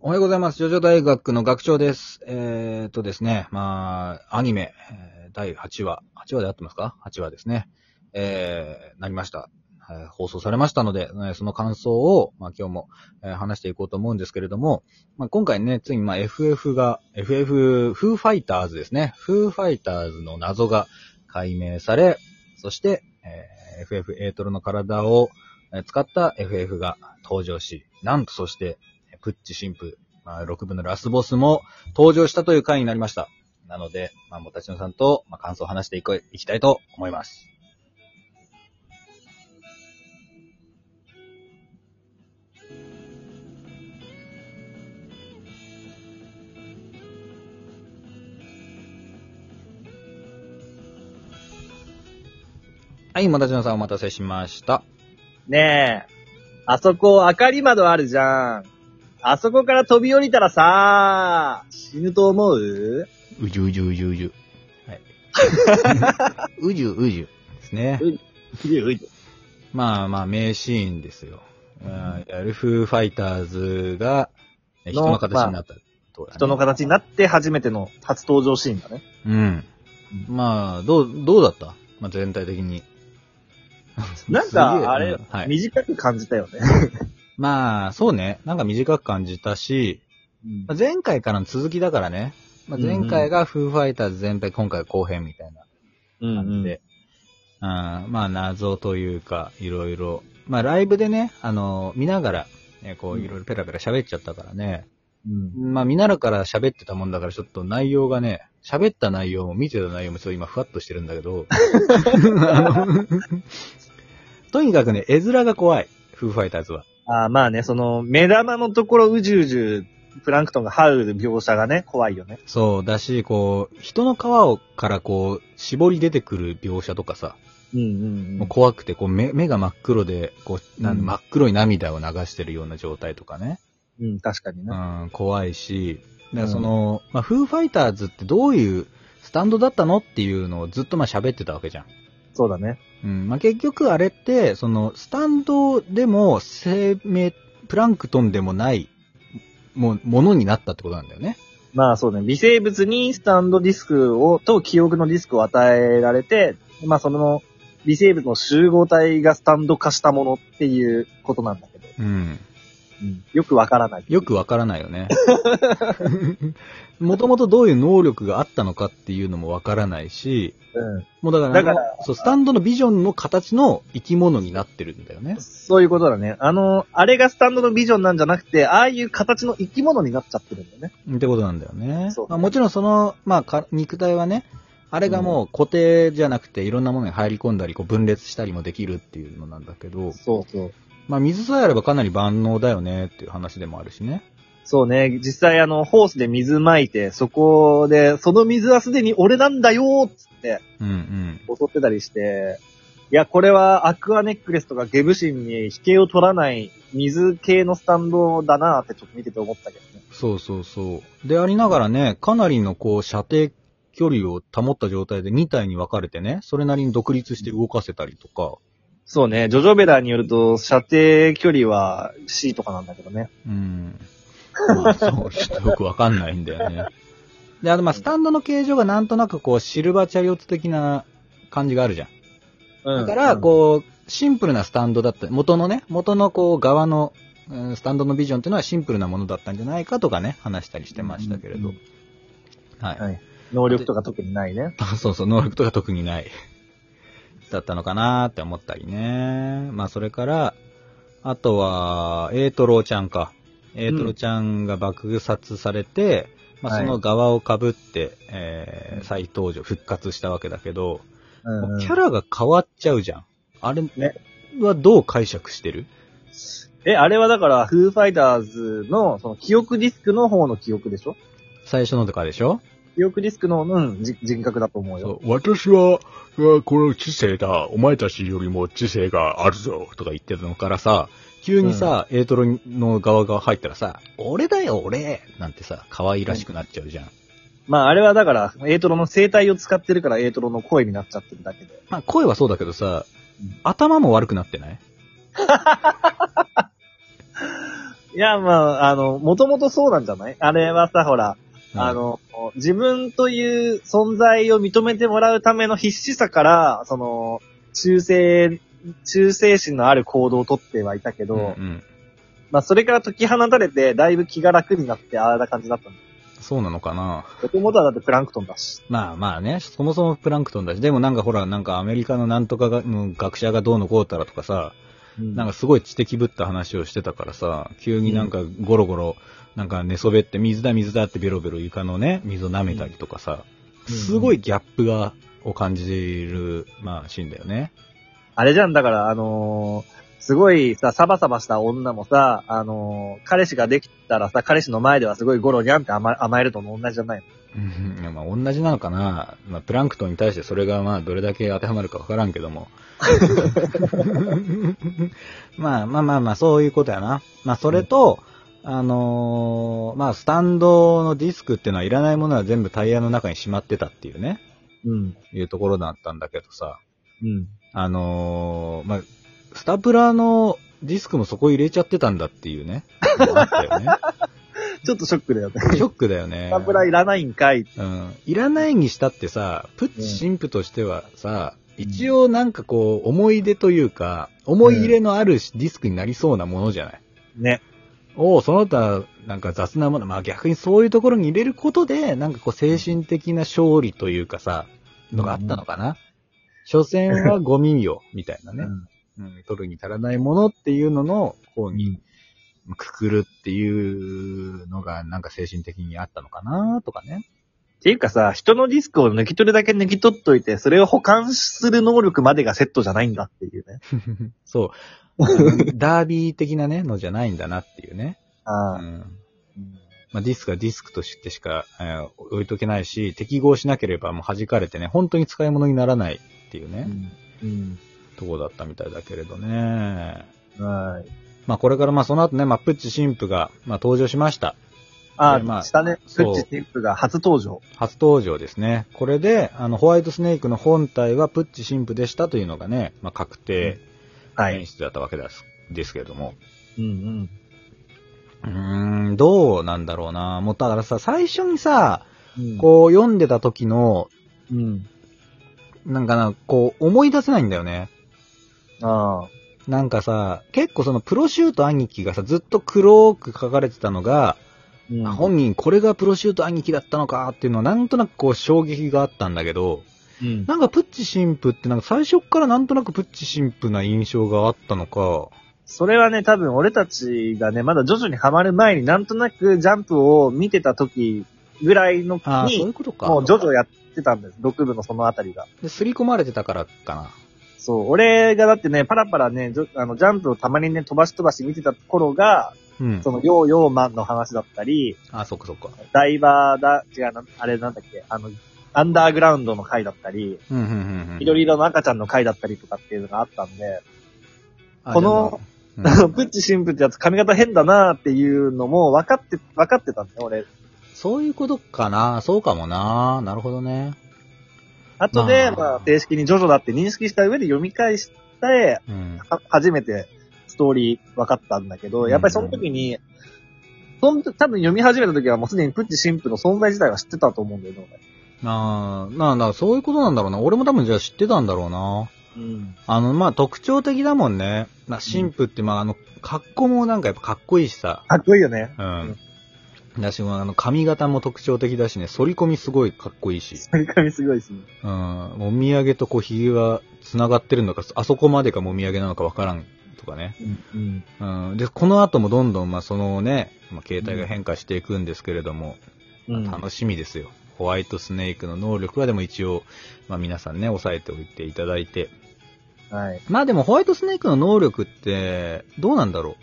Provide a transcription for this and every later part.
おはようございます。ジョジョ大学の学長です。えー、っとですね、まあ、アニメ、えー第8話、8話で合ってますか ?8 話ですね。えー、なりました。はい放送されましたので、えーその感想を、まあ、今日も、えー話していこうと思うんですけれども、まあ、今回ね、ついに、まあ、FF が、FF、フーファイターズですね。フーファイターズの謎が解明され、そして、えー FF エートルの体をえー使った FF が登場し、なんとそして、えープッチ神父、まあ、6部のラスボスも登場したという回になりました。なので、まあ、もたちのさんと、まあ、感想を話していこいいきたいと思います。はい、もたちのさんお待たせしました。ねえ、あそこ、明かり窓あるじゃん。あそこから飛び降りたらさ、死ぬと思ううじゅうじゅうじゅうじゅ。はい。 うじゅうじゅですね。まあまあ、名シーンですよ。うん、エルフファイターズが、え人の形になったと、人の形になって初めての初登場シーンだね。うん。まあ、どう、どうだったまあ全体的に。なんすげえか、あれ、うんはい短く感じたよね。まあ、そうね。なんか短く感じたし、まあ前回からの続きだからね。まあ、前回がフーファイターズ全体、今回後編みたいな。うん感じで、あーまあ謎というか、いろいろ、まあライブでね、あのー見ながら、ね、こういろいろペラペラ喋っちゃったからね、うんまあ見ながら喋ってたもんだからちょっと内容がね、喋った内容も見てた内容もちょっと今ふわっとしてるんだけ ど、あのとにかくね、絵面が怖い、フーファイターズは。あーまあね、その、目玉のところ、うじゅうじゅう、プランクトンがハウル描写がね、怖いよね。そう、だし、こう、人の皮をからこう、絞り出てくる描写とかさ、うんもう怖くて、こう目、目が真っ黒で、こう、なんうん真っ黒い涙を流してるような状態とかね。うん。うん、確かにうね。ん、怖いし、だからその、まあ、フーファイターズってどういうスタンドだったのっていうのをずっとまあ喋ってたわけじゃん。そうだね。うん、まあ、結局あれって、その、スタンドでも生命、プランクトンでもない、も、ものになったってことなんだよね。まあそうね、微生物にスタンドディスクを、と記憶のディスクを与えられて、まあその微生物の集合体がスタンド化したものっていうことなんだけど、うん。よくわからない。よくわからないよ ね。 もともとどういう能力があったのかっていうのもわからないし、うん。もうだからだからあのそう、スタンドのビジョンの形の生き物になってるんだよね。そういうことだね。あの、あれがスタンドのビジョンなんじゃなくて、ああいう形の生き物になっちゃってるんだよね。ってことなんだよねそう。まあ、もちろんその、まあか、肉体はね、あれがもう固定じゃなくて、いろんなものに入り込んだり、こう分裂したりもできるっていうのなんだけど、そうそう。まあ水さえあればかなり万能だよねっていう話でもあるしね。そうね。実際あの、ホースで水撒いて、そこで、その水はすでに俺なんだよーっつって、うんうん。襲ってたりして、いや、これはアクアネックレスとかゲブシンに引けを取らない水系のスタンドだなってちょっと見てて思ったけどね。そうそうそう。でありながらね、かなりのこう射程距離を保った状態で2体に分かれてね、それなりに独立して動かせたりとか、そうね、ジョジョベラーによると射程距離は C とかなんだけどね。うん。まあ、そう、ちょっとよくわかんないんだよね。で、あと、まあ、スタンドの形状がなんとなくこう、シルバーチャリオッツ的な感じがあるじゃん。うだから、こう、シンプルなスタンドだった、元のね、元のこう、側の、うんスタンドのビジョンっていうのはシンプルなものだったんじゃないかとかね、話したりしてましたけれど。うんはい。はい能力とか特にないね。 そうそう、能力とか特にない。だったのかなーって思ったりね。まあ、それから、あとは、エイトロちゃんか。エイトロちゃんが爆殺されて、まあ、はそいの側を被って、えー、再登場、復活したわけだけど、うんうんキャラが変わっちゃうじゃん。あれねはどう解釈してるえ、あれはだから、フーファイターズの、その、記憶ディスクの方の記憶でしょ最初のとかでしょ記憶ディスクの、うん、じ人格だと思うよ。そう私は、うわこの知性だ、お前たちよりも知性があるぞ、とか言ってたのからさ、急にさ、エイトロの側が入ったらさ、俺だよ、俺なんてさ、可愛らしくなっちゃうじゃん。まあ、あれはだから、エイトロの生態を使ってるから、エイトロの声になっちゃってるだけで。まあ、声はそうだけどさうん、頭も悪くなってないいや、まあ、あの、もともとそうなんじゃないあれはさ、ほら、あ、の、自分という存在を認めてもらうための必死さから、その、忠誠、忠誠心のある行動をとってはいたけど、うんうん。まあ、それから解き放たれて、だいぶ気が楽になって、ああな感じだったんだ。そうなのかな。もともとはだってプランクトンだし。まあまあね、そもそもプランクトンだし、でもなんかほら、なんかアメリカのなんとかがの学者がどうのこうたらとかさ、なんか、かすごい知的ぶった話をしてたからさ、急になんかゴロゴロ、なんか寝そべって水だ水だってベロベロ床のね、水を舐めたりとかさ、うんすごいギャップが、を感じる、まあ、シーンだよね。あれじゃん、だから、あのーすごいさ、サバサバした女もさ、あのー彼氏ができたらさ、彼氏の前ではすごいゴロにゃんって甘甘えるとの同じじゃないのうんいやまあ、同じなのかな。まあ、プランクトンに対してそれがまあ、どれだけ当てはまるかわからんけど も。まあまあまあまあ、そういうことやな。まあ、それと、あのーまあ、スタンドのディスクっていうのはいらないものは全部タイヤの中にしまってたっていうね、うん。いうところだったんだけどさ。うん。あのーまあ、スタプラのディスクもそこ入れちゃってたんだっていう ね。あったよね。ちょっとショックだよね。ショックだよね。サプラいらないんかい。うんいらないにしたってさ、プッチ神父としてはさ、一応なんかこう、思い出というか、思い入れのあるディスクになりそうなものじゃない。ね。おお、その他、なんか雑なもの、まあ逆にそういうところに入れることで、なんかこう精神的な勝利というかさ、のがあったのかな。所詮はゴミよ、みたいなね。うん、取るに足らないものっていうのの方に、くくるっていうのが、なんか精神的にあったのかな、とかね。っていうかさ、人のディスクを抜き取るだけ抜き取っといて、それを保管する能力までがセットじゃないんだっていうね。そう。 あのダービー的なね、のじゃないんだなっていうね。うああ。んまあ、ディスクはディスクとしてしか、えー置いとけないし、適合しなければもう弾かれてね、本当に使い物にならないっていうね、うん。とこだったみたいだけれどね。うん。はい。まあこれからまあその後ね、まあプッチ神父が、まあ、登場しました。あいやまあ、あ下ね、プそうッチテープが初登場。初登場ですね。これで、あの、ホワイトスネークの本体はプッチ神父でしたというのがね、まあ確定は演い。出だったわけです,、ですけれども。うんうん。うーん、どうなんだろうな。もうだからさ、最初にさ、うんこう読んでた時の、うん。なんかな、こう思い出せないんだよね。ああ。なんかさ、結構そのプロシュート兄貴がさ、ずっと黒く書かれてたのが、うんあ本人これがプロシュート兄貴だったのかっていうのはなんとなくこう衝撃があったんだけど、うん。なんかプッチ神父ってなんか最初っからなんとなくプッチ神父な印象があったのか、それはね、多分俺たちがね、まだ徐々にハマる前になんとなくジャンプを見てた時ぐらいのああ、そういに、うことか。もう徐々やってたんです。6部のそのあたりが。で、刷り込まれてたからかな。そう、俺がだってね、パラパラね、ジョあのジャンプをたまにね、飛ばし飛ばし見てた頃が、うんそ。の、ヨーヨーマンの話だったり、あ、そっかそっか。ダイバーだ、違うな、あれなんだっけ、あの、アンダーグラウンドの回だったり、うん、うん、うんうん。緑色の赤ちゃんの回だったりとかっていうのがあったんで、 あこじゃあもうの、あ の、プッチ神父ってやつ髪型変だなーっていうのも分かって、分かってたんだよ、俺。そういうことかな。そうかもな。なるほどね。後で、まあまあ、正式にジョジョだって認識した上で読み返して、うん。は初めてストーリー分かったんだけど、やっぱりその時に、そん多分読み始めた時はもうすでにプッチ神父の存在自体は知ってたと思うんだよね、あーなんだ、そういうことなんだろうな。俺も多分じゃあ知ってたんだろうな。俺。うん。あの、まあ、特徴的だもんね。まあ、神父って、まあ、あの、格好もなんかやっぱかっこいいしさ。かっこいいよね。うん。だし、まああの、髪型も特徴的だしね、反り込みすごいかっこいいし。取り髪すごいし。うん。お土産とこう、髭が繋がってるのか、あそこまでかもみあげなのかわからんとかね。うん。うん、で、この後もどんどん、まあ、そのね、まあ、携帯が変化していくんですけれども、うん。楽しみですよ。ホワイトスネークの能力はでも一応、まあ、皆さんね、押さえておいていただいて。はい。まあでもホワイトスネークの能力って、どうなんだろ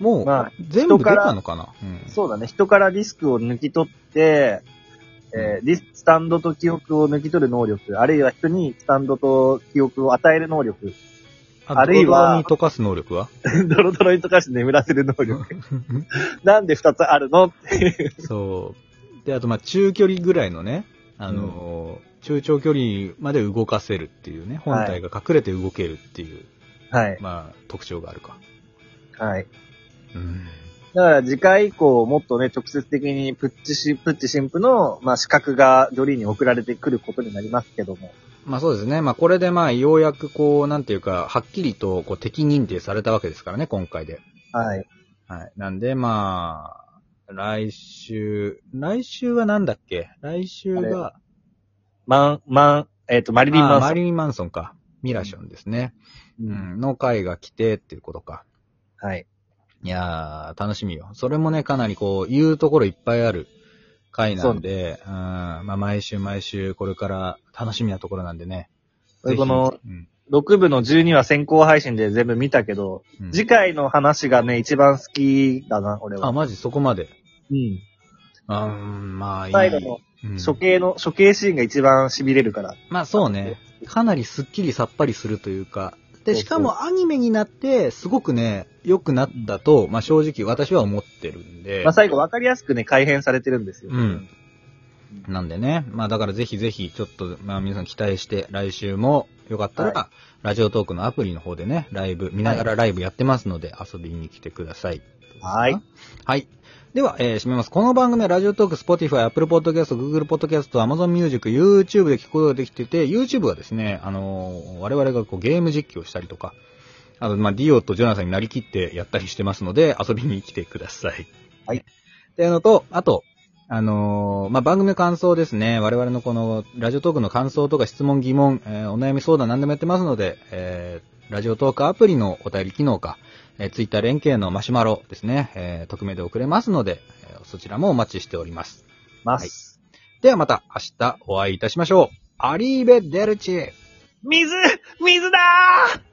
う。もう、まあ全部出たのかなうん。そうだね。人からディスクを抜き取って、えーディス、スタンドと記憶を抜き取る能力、あるいは人にスタンドと記憶を与える能力、 ああるドいはロドロに溶かす能力はドロドロに溶かして眠らせる能力。なんで二つあるのっていう。 そう。で、あと、まあ、中距離ぐらいのね、あのー中長距離まで動かせるっていうね、本体が隠れて動けるっていう、はい。まあ、特徴があるか。はい。うんだから次回以降、もっとね、直接的にプッチし、プッチ神父の、まあ、資格がジョリーに送られてくることになりますけども。まあそうですね。まあこれでまあようやくこう、なんていうか、はっきりとこう敵認定されたわけですからね、今回で。はい。はい。なんでまあ、来週、来週はなんだっけ来週が、マン、マン、えっ、と、マリリン・あマーンソマン。リリン・マンソンか。ミラションですね。うん。の回が来てっていうことか。はい。いやー、楽しみよ。それもね、かなりこう、言うところいっぱいある回なんで、うん。まあ毎週毎週これから楽しみなところなんでね。この、うん6部の12は先行配信で全部見たけど、うん次回の話がね、一番好きだな、俺あ、は。マジそこまで。うん。あーうん、まあいい。最後のうん処刑の、処刑シーンが一番痺れるから。まあそうね。かなりスッキリさっぱりするというか。で、そうそうしかもアニメになって、すごくね、良くなったと、まあ正直私は思ってるんでまあ、。最後分かりやすくね、改変されてるんですよ。うん。なんでね。まあだからぜひぜひ、ちょっと、まあ皆さん期待して、来週も、よかったら、ラジオトークのアプリの方でね、ライブ、見ながらライブやってますので、遊びに来てください。はい。はい。では、えー、締めます。この番組はラジオトーク、Spotify、Apple Podcast、Google Podcast、Amazon Music、YouTube で聞くことができてて、YouTube はですね、あのー我々がこうゲーム実況したりとか、あと、まあ、ディオとジョナサンになりきってやったりしてますので、遊びに来てください。はい。っていうのと、あと、あのーまあ、番組の感想ですね。我々のこの、ラジオトークの感想とか質問、疑問、えーお悩み相談何でもやってますので、えーラジオトークアプリのお便り機能か、えー、ツイッター連携のマシュマロですね、えー匿名で送れますので、えーそちらもお待ちしております。ます。ではまた明日お会いいたしましょう。アリーベ・デルチェ水水だー